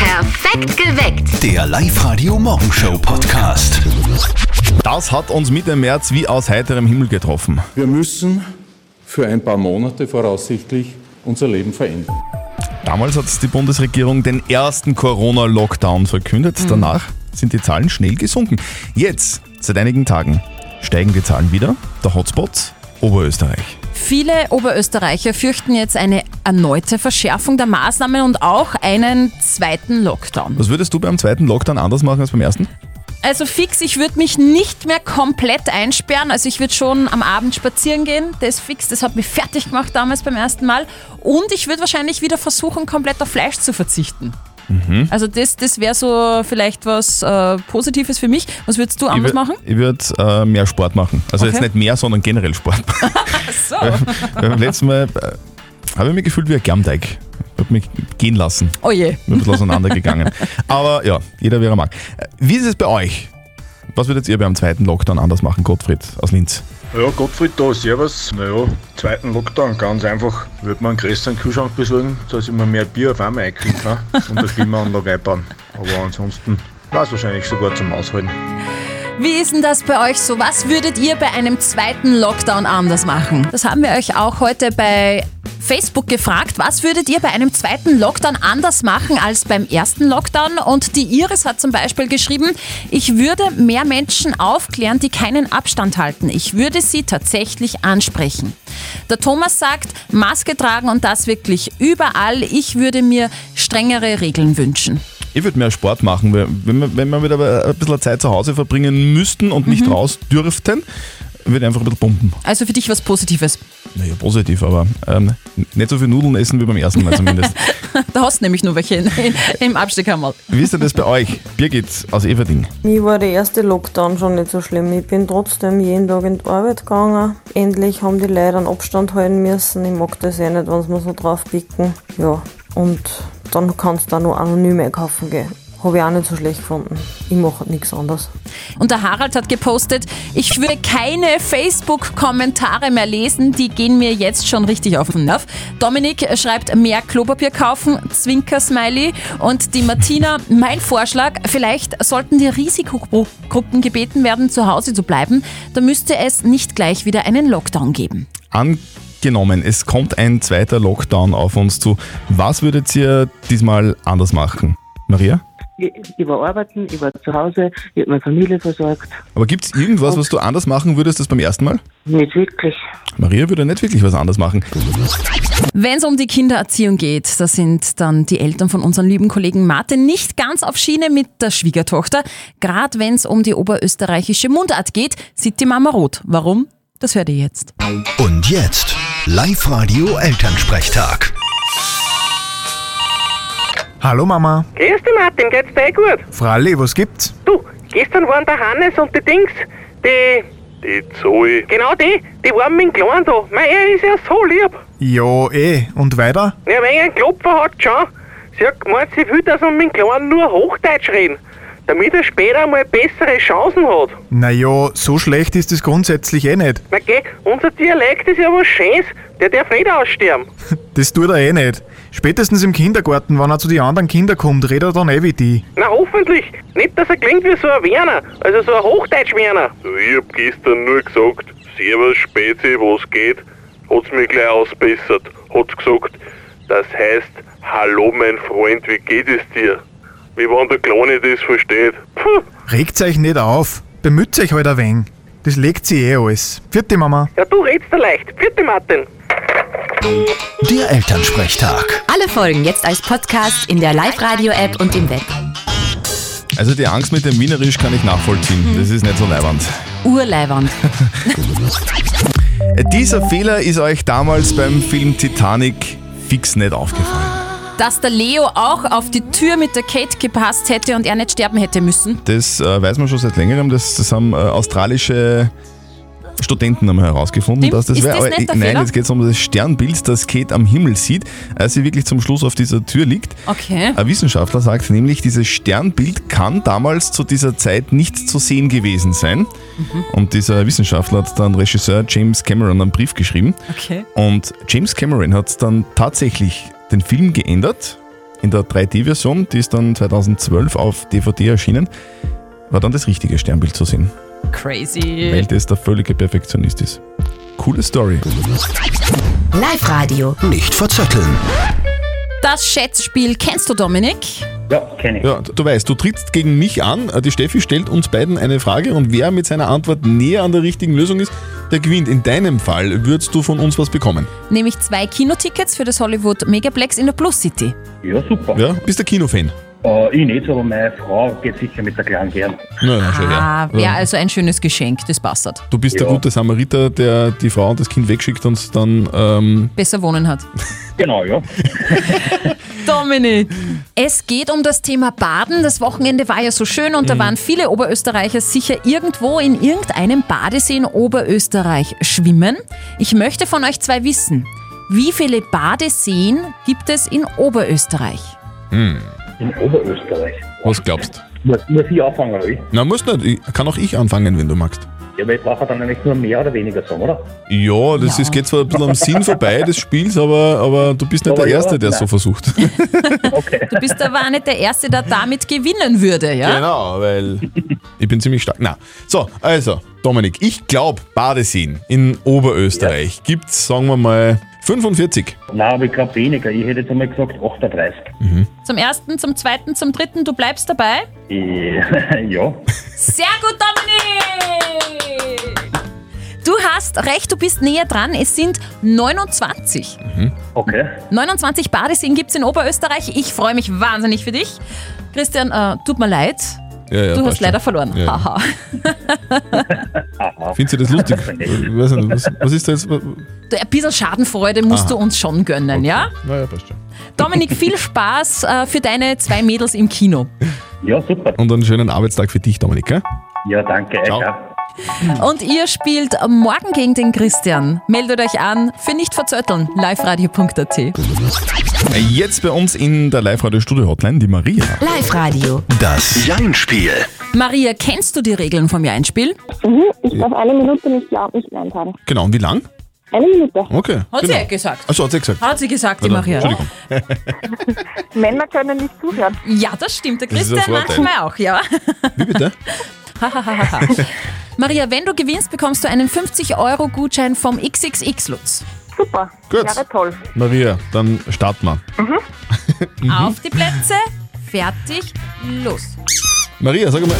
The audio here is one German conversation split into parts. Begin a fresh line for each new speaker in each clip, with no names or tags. Perfekt geweckt.
Der Live-Radio Morgenshow Podcast.
Das hat uns Mitte März wie aus heiterem Himmel getroffen.
Wir müssen für ein paar Monate voraussichtlich unser Leben verändern.
Damals hat die Bundesregierung den ersten Corona-Lockdown verkündet.
Mhm.
Danach sind die Zahlen schnell gesunken. Jetzt, seit einigen Tagen, steigen die Zahlen wieder. Der Hotspot Oberösterreich.
Viele Oberösterreicher fürchten jetzt eine erneute Verschärfung der Maßnahmen und auch einen zweiten Lockdown.
Was würdest du beim zweiten Lockdown anders machen als beim ersten?
Also fix, ich würde mich nicht mehr komplett einsperren. Also ich würde schon am Abend spazieren gehen. Das ist fix, das hat mich fertig gemacht damals beim ersten Mal. Und ich würde wahrscheinlich wieder versuchen, komplett auf Fleisch zu verzichten.
Mhm.
Also das, das wäre so vielleicht was äh, Positives für mich. Was würdest du anders
ich wür-
machen?
Ich würde äh, mehr Sport machen. Also
Okay.
jetzt nicht mehr, sondern generell Sport.
So.
Weil Beim letzten Mal äh, habe ich mich gefühlt wie ein Germteig. Ich habe mich gehen lassen.
Oh je.
Bin ein bisschen auseinandergegangen. Aber ja, jeder wie er mag. Äh, Wie ist es bei euch? Was würdet ihr beim zweiten Lockdown anders machen, Gottfried aus Linz?
Ja, Gottfried da, servus. Naja, zweiten Lockdown, ganz einfach. Würde man einen größeren Kühlschrank besorgen, dass ich mir mehr Bier auf einmal einkriegen kann und eine Klimaanlage einbauen. Aber ansonsten war es wahrscheinlich sogar zum Aushalten.
Wie ist denn das bei euch so? Was würdet ihr bei einem zweiten Lockdown anders machen? Das haben wir euch auch heute bei Facebook gefragt. Was würdet ihr bei einem zweiten Lockdown anders machen als beim ersten Lockdown? Und die Iris hat zum Beispiel geschrieben, ich würde mehr Menschen aufklären, die keinen Abstand halten. Ich würde sie tatsächlich ansprechen. Der Thomas sagt, Maske tragen und das wirklich überall. Ich würde mir strengere Regeln wünschen.
Ich würde mehr Sport machen, weil wenn wir, wenn wir wieder ein bisschen Zeit zu Hause verbringen müssten und nicht raus dürften, würde ich einfach ein bisschen pumpen.
Also für dich was Positives.
Naja, positiv, aber ähm, nicht so viel Nudeln essen wie beim ersten Mal zumindest.
Da hast du nämlich nur welche in, in, im Absteckermal.
wie ist denn das bei euch? Birgit aus Everding.
Mir war der erste Lockdown schon nicht so schlimm. Ich bin trotzdem jeden Tag in die Arbeit gegangen. Endlich haben die Leute einen Abstand halten müssen. Ich mag das eh nicht, wenn sie mir so draufpicken. Ja, und dann kannst du da nur anonym einkaufen gehen. Habe ich auch nicht so schlecht gefunden. Ich mache nichts anderes.
Und der Harald hat gepostet, ich würde keine Facebook-Kommentare mehr lesen, die gehen mir jetzt schon richtig auf den Nerv. Dominik schreibt, mehr Klopapier kaufen, Zwinker-Smiley. Und die Martina, mein Vorschlag, vielleicht sollten die Risikogruppen gebeten werden, zu Hause zu bleiben. Da müsste es nicht gleich wieder einen Lockdown geben.
Angenommen, es kommt ein zweiter Lockdown auf uns zu. Was würdet ihr diesmal anders machen? Maria?
Ich, ich war arbeiten, ich war zu Hause, ich habe meine Familie versorgt.
Aber gibt es irgendwas, was du anders machen würdest als beim ersten Mal?
Nicht wirklich.
Maria würde nicht wirklich was anders machen.
Wenn es um die Kindererziehung geht, da sind dann die Eltern von unserem lieben Kollegen Martin nicht ganz auf Schiene mit der Schwiegertochter. Gerade wenn es um die oberösterreichische Mundart geht, sieht die Mama rot. Warum? Das hört ihr jetzt.
Und jetzt Live-Radio Elternsprechtag.
Hallo Mama.
Grüß dich, Martin, geht's dir eh gut?
Fralli, was gibt's?
Du, gestern waren der Hannes und die Dings, die. Die Zoe. Genau die, die waren mit dem Kleinen da. Mei, er ist ja so lieb.
Ja, eh. Und weiter?
Ja, wenn er einen Klopfer hat, schon. Sie hat gemeint, sie will, dass wir mit dem Kleinen nur Hochdeutsch reden, damit er später einmal bessere Chancen hat.
Naja, so schlecht ist es grundsätzlich eh nicht.
Na geh, unser Dialekt ist ja was Schönes, der darf nicht aussterben.
Das tut er eh nicht. Spätestens im Kindergarten, wenn er zu den anderen Kindern kommt, redet er dann eh wie die.
Na hoffentlich, nicht, dass er klingt wie so ein Werner, also so ein Hochdeutsch-Werner.
Ich hab gestern nur gesagt, Servus Spezi, was geht? Hat's mir gleich ausbessert. Hat's gesagt, das heißt, hallo mein Freund, wie geht es dir? Wie wenn der Kleine das versteht. Puh.
Regt euch nicht auf. Bemüht euch halt ein wenig. Das legt sie eh alles. Vierte Mama.
Ja, du redst da leicht. Vierte Martin.
Der Elternsprechtag.
Alle Folgen jetzt als Podcast in der Live-Radio-App und im Web.
Also die Angst mit dem Wienerisch kann ich nachvollziehen.
Mhm.
Das ist nicht so leiwand.
Urleiwand.
Äh, Dieser Fehler ist euch damals beim Film Titanic fix nicht aufgefallen.
Dass der Leo auch auf die Tür mit der Kate gepasst hätte und er nicht sterben hätte müssen.
Das äh, weiß man schon seit längerem. Das, das haben äh, australische Studenten einmal herausgefunden,
Stimmt.
dass das
Ist
wäre.
das
Aber,
nicht
äh,
der
nein,
Fehler?
jetzt geht es um das Sternbild, das Kate am Himmel sieht, als sie wirklich zum Schluss auf dieser Tür liegt.
Okay.
Äh,
Ein Wissenschaftler sagt nämlich, dieses Sternbild kann damals zu dieser Zeit nicht zu sehen gewesen sein. Und dieser Wissenschaftler hat dann Regisseur James Cameron einen Brief geschrieben.
Okay.
Und James Cameron hat dann tatsächlich den Film geändert, in der 3D-Version, die ist dann 2012 auf DVD erschienen, war dann das richtige Sternbild zu sehen, weil
Crazy.
das der völlige Perfektionist ist. Coole Story.
Live-Radio.
Nicht verzetteln.
Das Schätzspiel kennst du, Dominik?
Ja, kenne ich.
Ja, du du weißt, du trittst gegen mich an, Äh, die Steffi stellt uns beiden eine Frage und wer mit seiner Antwort näher an der richtigen Lösung ist, der gewinnt. In deinem Fall würdest du von uns was bekommen.
Nämlich zwei Kinotickets für das Hollywood Megaplex in der Plus City.
Ja, super.
Ja, bist der Kinofan.
Äh, ich nicht, aber meine Frau geht sicher mit der Kleinen gern.
Na, na, schön,
Ah,
ja.
wäre also ein schönes Geschenk, das passt. halt.
Du bist der
Ja.
gute Samariter, der die Frau und das Kind wegschickt und dann ähm,
Besser wohnen hat.
Genau, ja.
Dominik! Es geht um das Thema Baden. Das Wochenende war ja so schön und
Mhm.
da waren viele Oberösterreicher sicher irgendwo in irgendeinem Badesee in Oberösterreich schwimmen. Ich möchte von euch zwei wissen, wie viele Badeseen gibt es in Oberösterreich?
In Oberösterreich.
was glaubst.
Muss, muss ich anfangen, oder? wie?
Na, musst nicht. Ich- Kann auch ich anfangen, wenn du magst.
Ja, weil ich brauche dann nämlich nur mehr oder weniger sagen, oder?
Ja, das
Ja.
Ist, geht zwar ein bisschen am Sinn vorbei des Spiels, aber, aber du bist nicht
Aber
der
ja,
Erste, der es so
nein.
versucht.
Okay.
Du bist aber auch nicht der Erste, der damit gewinnen würde, ja?
Genau, weil ich bin ziemlich stark. Na, so, also, Dominik, ich glaube, Badeseen in Oberösterreich gibt es, sagen wir mal, 45.
Nein, aber ich glaube weniger. Ich hätte jetzt einmal gesagt 38.
Zum ersten, zum zweiten, zum dritten, du bleibst dabei.
Äh, ja.
Sehr gut, Dominik! Du hast recht, du bist näher dran. Es sind 29.
Okay.
29 Badeseen gibt es in Oberösterreich. Ich freue mich wahnsinnig für dich. Christian, äh, tut mir leid.
Ja, ja,
Du
passt
hast leider
schon.
verloren.
Ja, ja.
Haha.
Aha.
Findest du das lustig? Ich weiß nicht, was, was ist da jetzt?
Du, Ein bisschen Schadenfreude musst du uns schon gönnen, ja?
Naja, passt schon.
Dominik, viel Spaß äh, für deine zwei Mädels im Kino.
Ja, super.
Und einen schönen Arbeitstag für dich, Dominik. Gell?
Ja, danke.
Ciao.
Ja.
Und ihr spielt morgen gegen den Christian. Meldet euch an für nicht verzötteln. liveradio.at.
Jetzt bei uns in der Live-Radio-Studio-Hotline die Maria.
Live-Radio.
Das Jein-Spiel.
Maria, kennst du die Regeln vom Jeinspiel?
Mhm, ich darf eine Minute nicht Ja und nicht Nein sagen.
Genau, und wie lang?
Eine Minute.
Okay.
Hat
genau.
sie ja gesagt.
Achso, hat sie gesagt.
Hat sie gesagt, die
Oder-
Maria.
Entschuldigung.
Männer können nicht zuhören.
Ja, das stimmt. Der
Das ist
Christian
ein Vorteil.
manchmal auch, ja.
Wie bitte?
Maria, wenn du gewinnst, bekommst du einen 50-Euro-Gutschein vom XXX-Lutz.
Super.
Gut.
Wäre toll.
Maria, dann starten wir. Mhm.
Auf die Plätze, fertig, los.
Maria, sag mal.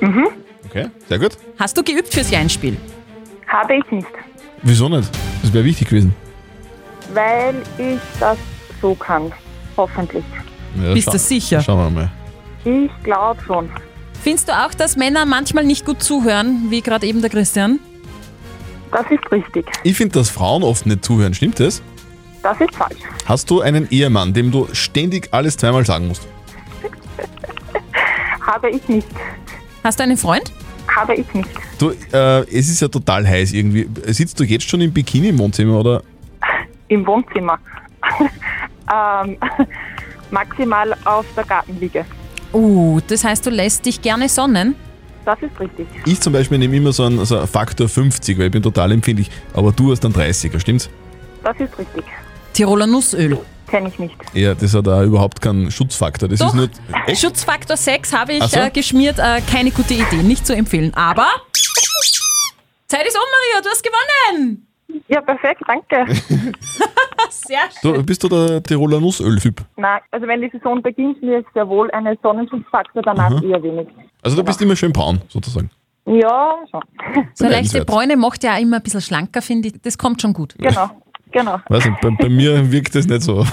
Mhm. Okay, sehr gut.
Hast du geübt fürs Jeinspiel?
Habe ich nicht,
Wieso nicht? Das wäre wichtig gewesen.
weil ich das so kann. Hoffentlich.
Ja,
Bist
schau-
du sicher?
Schauen wir mal.
Ich glaube schon.
Findest du auch, dass Männer manchmal nicht gut zuhören, wie gerade eben der Christian?
Das ist richtig.
Ich finde, dass Frauen oft nicht zuhören, stimmt das?
Das ist falsch.
Hast du einen Ehemann, dem du ständig alles zweimal sagen musst?
Habe ich nicht.
Hast du einen Freund?
Habe ich nicht.
Du, äh, es ist ja total heiß irgendwie. Sitzt du jetzt schon im Bikini im Wohnzimmer oder?
Im Wohnzimmer. ähm, maximal auf der Gartenliege.
Uh, das heißt, du lässt dich gerne sonnen?
Das ist richtig.
Ich zum Beispiel nehme immer so einen, so einen Faktor 50, weil ich bin total empfindlich. Aber du hast dann 30er, stimmt's?
Das ist richtig.
Tiroler Nussöl.
Kenne ich nicht.
Ja, das hat da überhaupt keinen Schutzfaktor. Das
Doch.
ist nicht. Echt?
Schutzfaktor 6 habe ich
Ach so.
äh, geschmiert. Äh, keine gute Idee, nicht zu empfehlen. Aber Zeit ist um, Maria, du hast gewonnen.
Ja, perfekt. Danke.
Sehr schön.
Du, bist du der Tiroler Nussöl-Typ?
Nein, also wenn die Saison beginnt, mir ist sehr wohl eine Sonnenschutzfaktor danach eher wenig.
Also du bist immer schön braun, sozusagen.
Ja, schon.
So eine leichte
Bemerkenswert.
Bräune macht ja auch immer ein bisschen schlanker, finde ich. Das kommt schon gut.
Genau. Genau.
Weiß nicht, bei, bei mir wirkt das nicht so.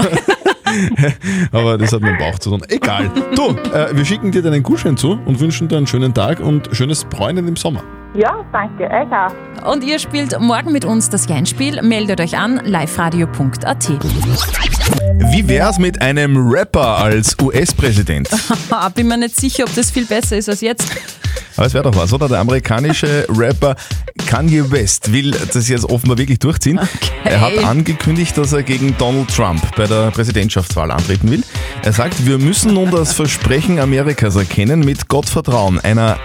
Aber das hat mit dem Bauch zu tun. Egal. Du, äh, wir schicken dir deinen Gutschein zu und wünschen dir einen schönen Tag und schönes Bräunen im Sommer.
Ja, danke. Egal.
Und ihr spielt morgen mit uns das Jeinspiel. Meldet euch an liveradio.at.
Wie wär's mit einem Rapper als US-Präsident?
Ah, Bin mir nicht sicher, ob das viel besser ist als jetzt.
Aber es wäre doch was, oder? Der amerikanische Rapper Kanye West will das jetzt offenbar wirklich durchziehen. Er hat angekündigt, dass er gegen Donald Trump bei der Präsidentschaftswahl antreten will. Er sagt, wir müssen nun das Versprechen Amerikas erkennen mit Gottvertrauen, einer...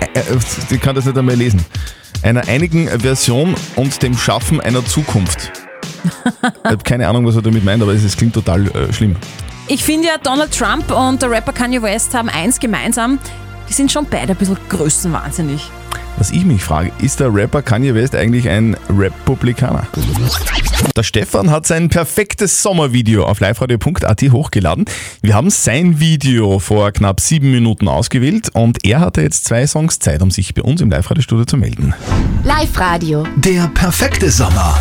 Äh, äh, Ich kann das nicht einmal lesen. Einer einigen Version und dem Schaffen einer Zukunft. Ich habe keine Ahnung, was er damit meint, aber es, es klingt total äh, schlimm.
Ich finde ja, Donald Trump und der Rapper Kanye West haben eins gemeinsam. Die sind schon beide ein bisschen größenwahnsinnig.
Was ich mich frage, ist der Rapper Kanye West eigentlich ein Republikaner? Der Stefan hat sein perfektes Sommervideo auf liveradio.at hochgeladen. Wir haben sein Video vor knapp sieben Minuten ausgewählt und er hatte jetzt zwei Songs Zeit, um sich bei uns im Live-Radio-Studio zu melden.
Live-Radio.
Der perfekte Sommer.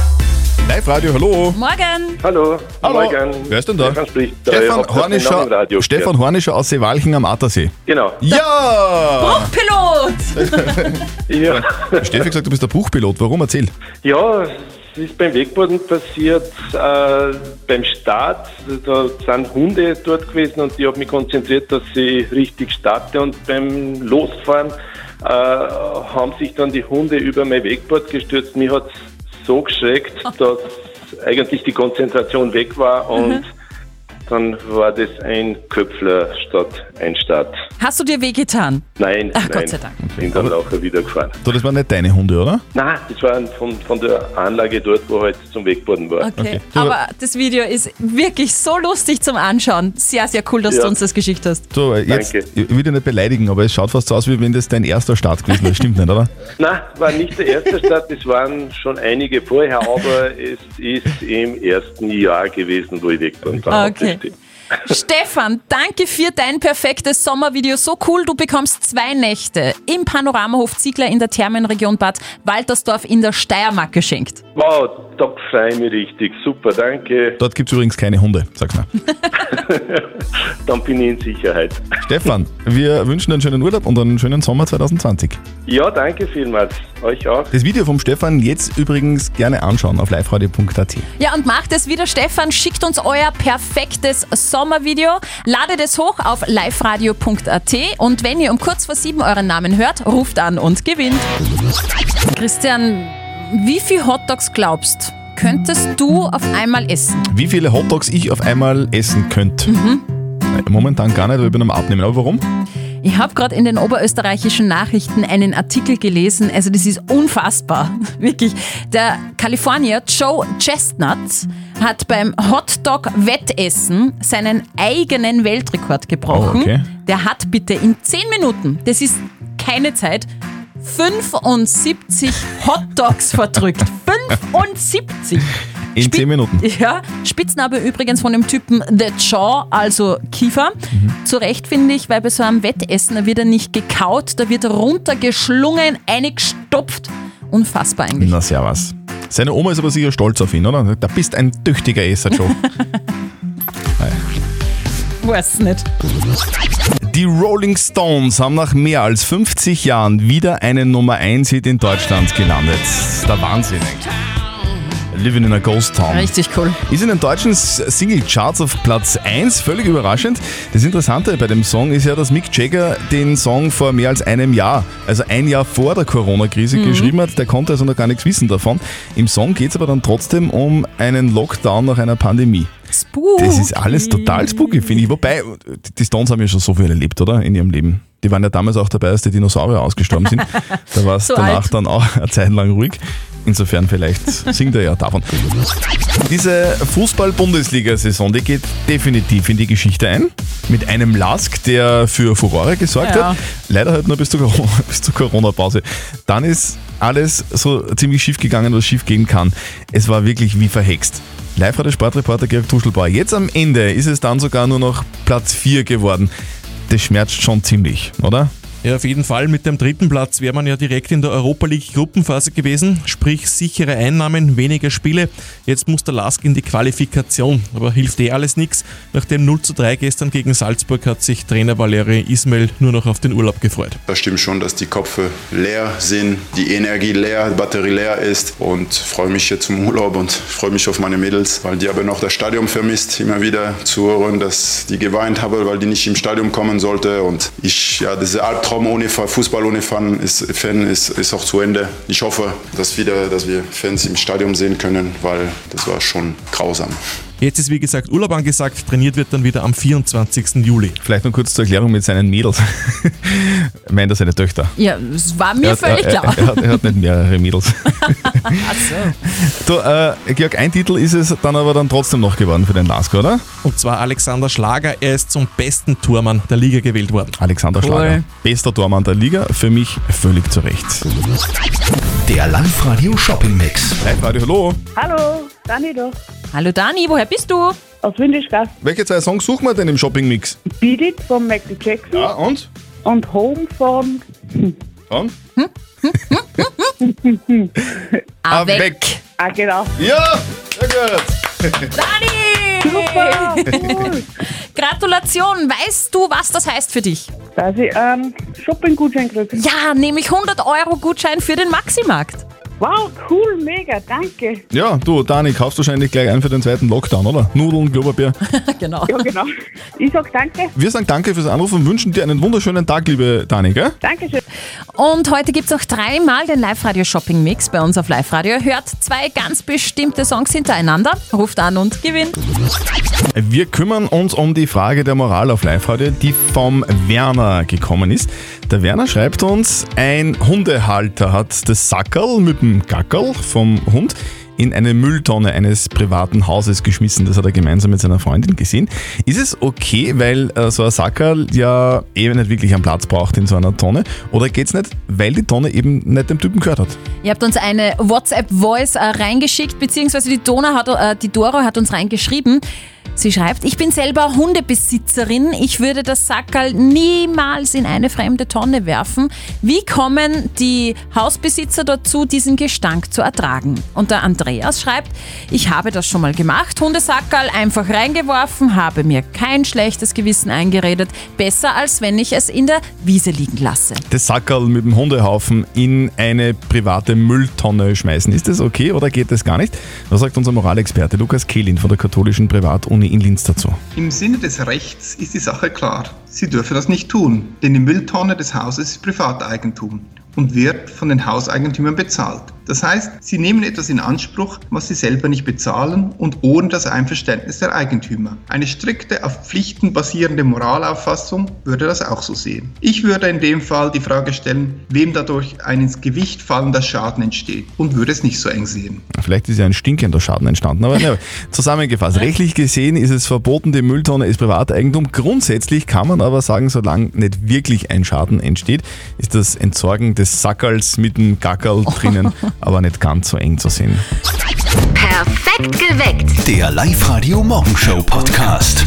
Live-Radio, hallo.
Morgen!
Hallo.
Hallo.
Morgen.
Wer ist denn da?
Stefan spricht. Äh,
Stefan
habt ihr den Namen
Hornischer,
Radio
Stefan Hornischer aus Seewalchen am Attersee.
Genau.
Ja!
Pilot!
Ja.
Steffi hat gesagt, du bist der Buchpilot. Warum? Erzähl.
ja, es ist beim Wegboden passiert, äh, beim Start, da sind Hunde dort gewesen und ich habe mich konzentriert, dass ich richtig starte und beim Losfahren äh, haben sich dann die Hunde über mein Wegboard gestürzt. Mich hat so geschreckt, dass eigentlich die Konzentration weg war
Mhm.
und dann war das ein Köpfler statt ein Start.
Hast du dir wehgetan?
Nein,
Ach,
nein.
Ah, Gott sei Dank.
Bin dann auch wieder gefahren.
Du, das waren nicht deine Hunde, oder?
Nein, das war von, von der Anlage dort, wo halt zum Wegboden war.
Okay. Aber das Video ist wirklich so lustig zum Anschauen. Sehr, sehr cool, dass
Ja.
du uns das geschickt hast.
So, äh, jetzt, ich will dich nicht beleidigen, aber es schaut fast so aus, wie wenn das dein erster Start gewesen wäre. Stimmt nicht, oder?
Nein, war nicht der erste Start, es waren schon einige vorher, aber es ist im ersten Jahr gewesen, wo ich Wegboden war.
Ah, Okay. Stefan, danke für dein perfektes Sommervideo. So cool, du bekommst zwei Nächte im Panoramahof Ziegler in der Thermenregion Bad Waltersdorf in der Steiermark geschenkt.
Wow, da freue ich mich richtig. Super, danke.
Dort gibt es übrigens keine Hunde, sag's mal.
Dann bin ich in Sicherheit.
Stefan, wir wünschen dir einen schönen Urlaub und einen schönen Sommer 2020.
Ja, danke vielmals. Euch auch.
Das Video vom Stefan jetzt übrigens gerne anschauen auf liveradio.at.
Ja, und macht es wieder, Stefan. Schickt uns euer perfektes Sommervideo. Ladet es hoch auf liveradio.at. Und wenn ihr um kurz vor sieben euren Namen hört, ruft an und gewinnt. Christian, wie viel Hotdogs glaubst könntest du auf einmal essen?
Wie viele Hotdogs ich auf einmal essen könnte? Nein, Momentan gar nicht, weil ich bin am Abnehmen. Aber warum?
Ich habe gerade in den oberösterreichischen Nachrichten einen Artikel gelesen, also das ist unfassbar, wirklich. Der Kalifornier Joe Chestnut hat beim Hotdog-Wettessen seinen eigenen Weltrekord gebrochen.
Oh, okay.
Der hat bitte in 10 Minuten, das ist keine Zeit, 75 Hotdogs verdrückt. 75!
In 10 Minuten.
Ja, Spitzname übrigens von dem Typen The Jaw, also Kiefer. Zu Recht finde ich, weil bei so einem Wettessen, da wird er nicht gekaut, da wird er runtergeschlungen, eingestopft. Unfassbar eigentlich.
Na, sehr was. Seine Oma ist aber sicher stolz auf ihn, oder? Da bist ein tüchtiger Esser, Joe.
Weiß nicht.
Die Rolling Stones haben nach mehr als 50 Jahren wieder einen Nummer 1 Hit in Deutschland gelandet. Der Wahnsinn. eigentlich. Living in a Ghost Town.
Richtig cool.
Ist in den deutschen Singlecharts auf Platz 1, völlig überraschend. Das Interessante bei dem Song ist ja, dass Mick Jagger den Song vor mehr als einem Jahr, also ein Jahr vor der Corona-Krise,
Mhm.
geschrieben hat. Der konnte also noch gar nichts wissen davon. Im Song geht es aber dann trotzdem um einen Lockdown nach einer Pandemie. Das ist alles total spooky, finde ich. Wobei, die Stones haben ja schon so viel erlebt, oder? In ihrem Leben. Die waren ja damals auch dabei, als die Dinosaurier ausgestorben sind. Da war es
So
danach
alt.
dann auch eine Zeit lang ruhig. Insofern vielleicht singt er ja davon. Diese Fußball-Bundesliga-Saison, die geht definitiv in die Geschichte ein. Mit einem Lask, der für Furore gesorgt
Ja.
hat. Leider halt nur bis zur Corona- bis zur Corona-Pause. Dann ist alles so ziemlich schief gegangen, was schief gehen kann. Es war wirklich wie verhext. Live hat der Sportreporter Georg Tuschelbauer. Jetzt am Ende ist es dann sogar nur noch Platz 4 geworden. Das schmerzt schon ziemlich, oder?
Ja, auf jeden Fall. Mit dem dritten Platz wäre man ja direkt in der Europa League Gruppenphase gewesen, sprich sichere Einnahmen, weniger Spiele. Jetzt muss der Lask in die Qualifikation, aber hilft eh alles nichts. Nach dem 0 zu 3 gestern gegen Salzburg hat sich Trainer Valerie Ismail nur noch auf den Urlaub gefreut.
Das stimmt schon, dass die Köpfe leer sind, die Energie leer, die Batterie leer ist und freue mich jetzt zum Urlaub und freue mich auf meine Mädels, weil die haben auch das Stadion vermisst, immer wieder zu hören, dass die geweint haben, weil die nicht im Stadion kommen sollte und ich, ja, dieser Albtraum ohne Fa- Fußball ohne Fan ist, Fan ist, ist auch zu Ende. Ich hoffe, dass wieder, dass wir Fans im Stadion sehen können, weil das war schon grausam.
Jetzt ist wie gesagt Urlaub angesagt, trainiert wird dann wieder am 24. Juli.
Vielleicht noch kurz zur Erklärung mit seinen Mädels. Meint er seine Töchter?
Ja, es war mir
er hat,
völlig
er,
klar.
Er, er, hat, er hat nicht mehrere Mädels. Du, äh, Georg, ein Titel ist es dann aber dann trotzdem noch geworden für den Lask, oder?
Und zwar Alexander Schlager, er ist zum besten Tormann der Liga gewählt worden.
Alexander
Cool.
Schlager, bester Tormann der Liga, für mich völlig zu Recht. Der Live-Radio Shopping Mix. Live-Radio, hallo.
Hallo, Dani da.
Hallo Dani, woher bist du?
Aus Windischgast.
Welche zwei Songs suchen wir denn im Shopping Mix?
Beat It von Michael Jackson.
Ja, und?
Und Home von...
Und?
Ah, weg.
Ah, genau.
Ja, sehr gut.
Dani! Super, Gratulation, weißt du, was das heißt für dich?
Dass ich einen Also, ähm, Shopping-Gutschein kriege.
Ja, nämlich 100 Euro Gutschein für den Maximarkt.
Wow, cool, mega, danke.
Ja, du, Dani, kaufst wahrscheinlich gleich ein für den zweiten Lockdown, oder? Nudeln, Globerbier.
genau.
Ja, genau. Ich sag danke.
Wir sagen danke fürs Anrufen und wünschen dir einen wunderschönen Tag, liebe Dani, gell?
Dankeschön.
Und heute gibt es noch dreimal den Live-Radio-Shopping-Mix bei uns auf Live-Radio. Hört zwei ganz bestimmte Songs hintereinander, ruft an und gewinnt.
Wir kümmern uns um die Frage der Moral auf Live-Radio, die vom Werner gekommen ist. Der Werner schreibt uns, ein Hundehalter hat das Sackerl mit dem Gackerl vom Hund in eine Mülltonne eines privaten Hauses geschmissen. Das hat er gemeinsam mit seiner Freundin gesehen. Ist es okay, weil äh, so ein Sackerl ja eben nicht wirklich einen Platz braucht in so einer Tonne? Oder geht's nicht, weil die Tonne eben nicht dem Typen gehört hat?
Ihr habt uns eine WhatsApp-Voice äh, reingeschickt, beziehungsweise die, Dona hat, äh, die Dora hat uns reingeschrieben. Sie schreibt, ich bin selber Hundebesitzerin. Ich würde das Sackerl niemals in eine fremde Tonne werfen. Wie kommen die Hausbesitzer dazu, diesen Gestank zu ertragen? Und der Andreas schreibt, ich habe das schon mal gemacht. Hundesackerl einfach reingeworfen, habe mir kein schlechtes Gewissen eingeredet. Besser als wenn ich es in der Wiese liegen lasse.
das Sackerl mit dem Hundehaufen in eine private Mülltonne schmeißen. Ist das okay oder geht das gar nicht? Was sagt unser Moralexperte Lukas Kehlin von der katholischen Privatuni in Linz dazu?
Im Sinne des Rechts ist die Sache klar. Sie dürfen das nicht tun, denn die Mülltonne des Hauses ist Privateigentum und wird von den Hauseigentümern bezahlt. Das heißt, sie nehmen etwas in Anspruch, was sie selber nicht bezahlen und ohne das Einverständnis der Eigentümer. Eine strikte auf Pflichten basierende Moralauffassung würde das auch so sehen. Ich würde in dem Fall die Frage stellen, wem dadurch ein ins Gewicht fallender Schaden entsteht und würde es nicht so eng sehen.
Vielleicht ist ja ein stinkender Schaden entstanden, aber ne, zusammengefasst. Rechtlich gesehen ist es verboten, die Mülltonne ist Privateigentum. Grundsätzlich kann man aber sagen, solange nicht wirklich ein Schaden entsteht, ist das Entsorgen des Sackerls mit dem Gackerl drinnen aber nicht ganz so eng zu sehen.
Perfekt geweckt.
Der Live-Radio Morgenshow Podcast.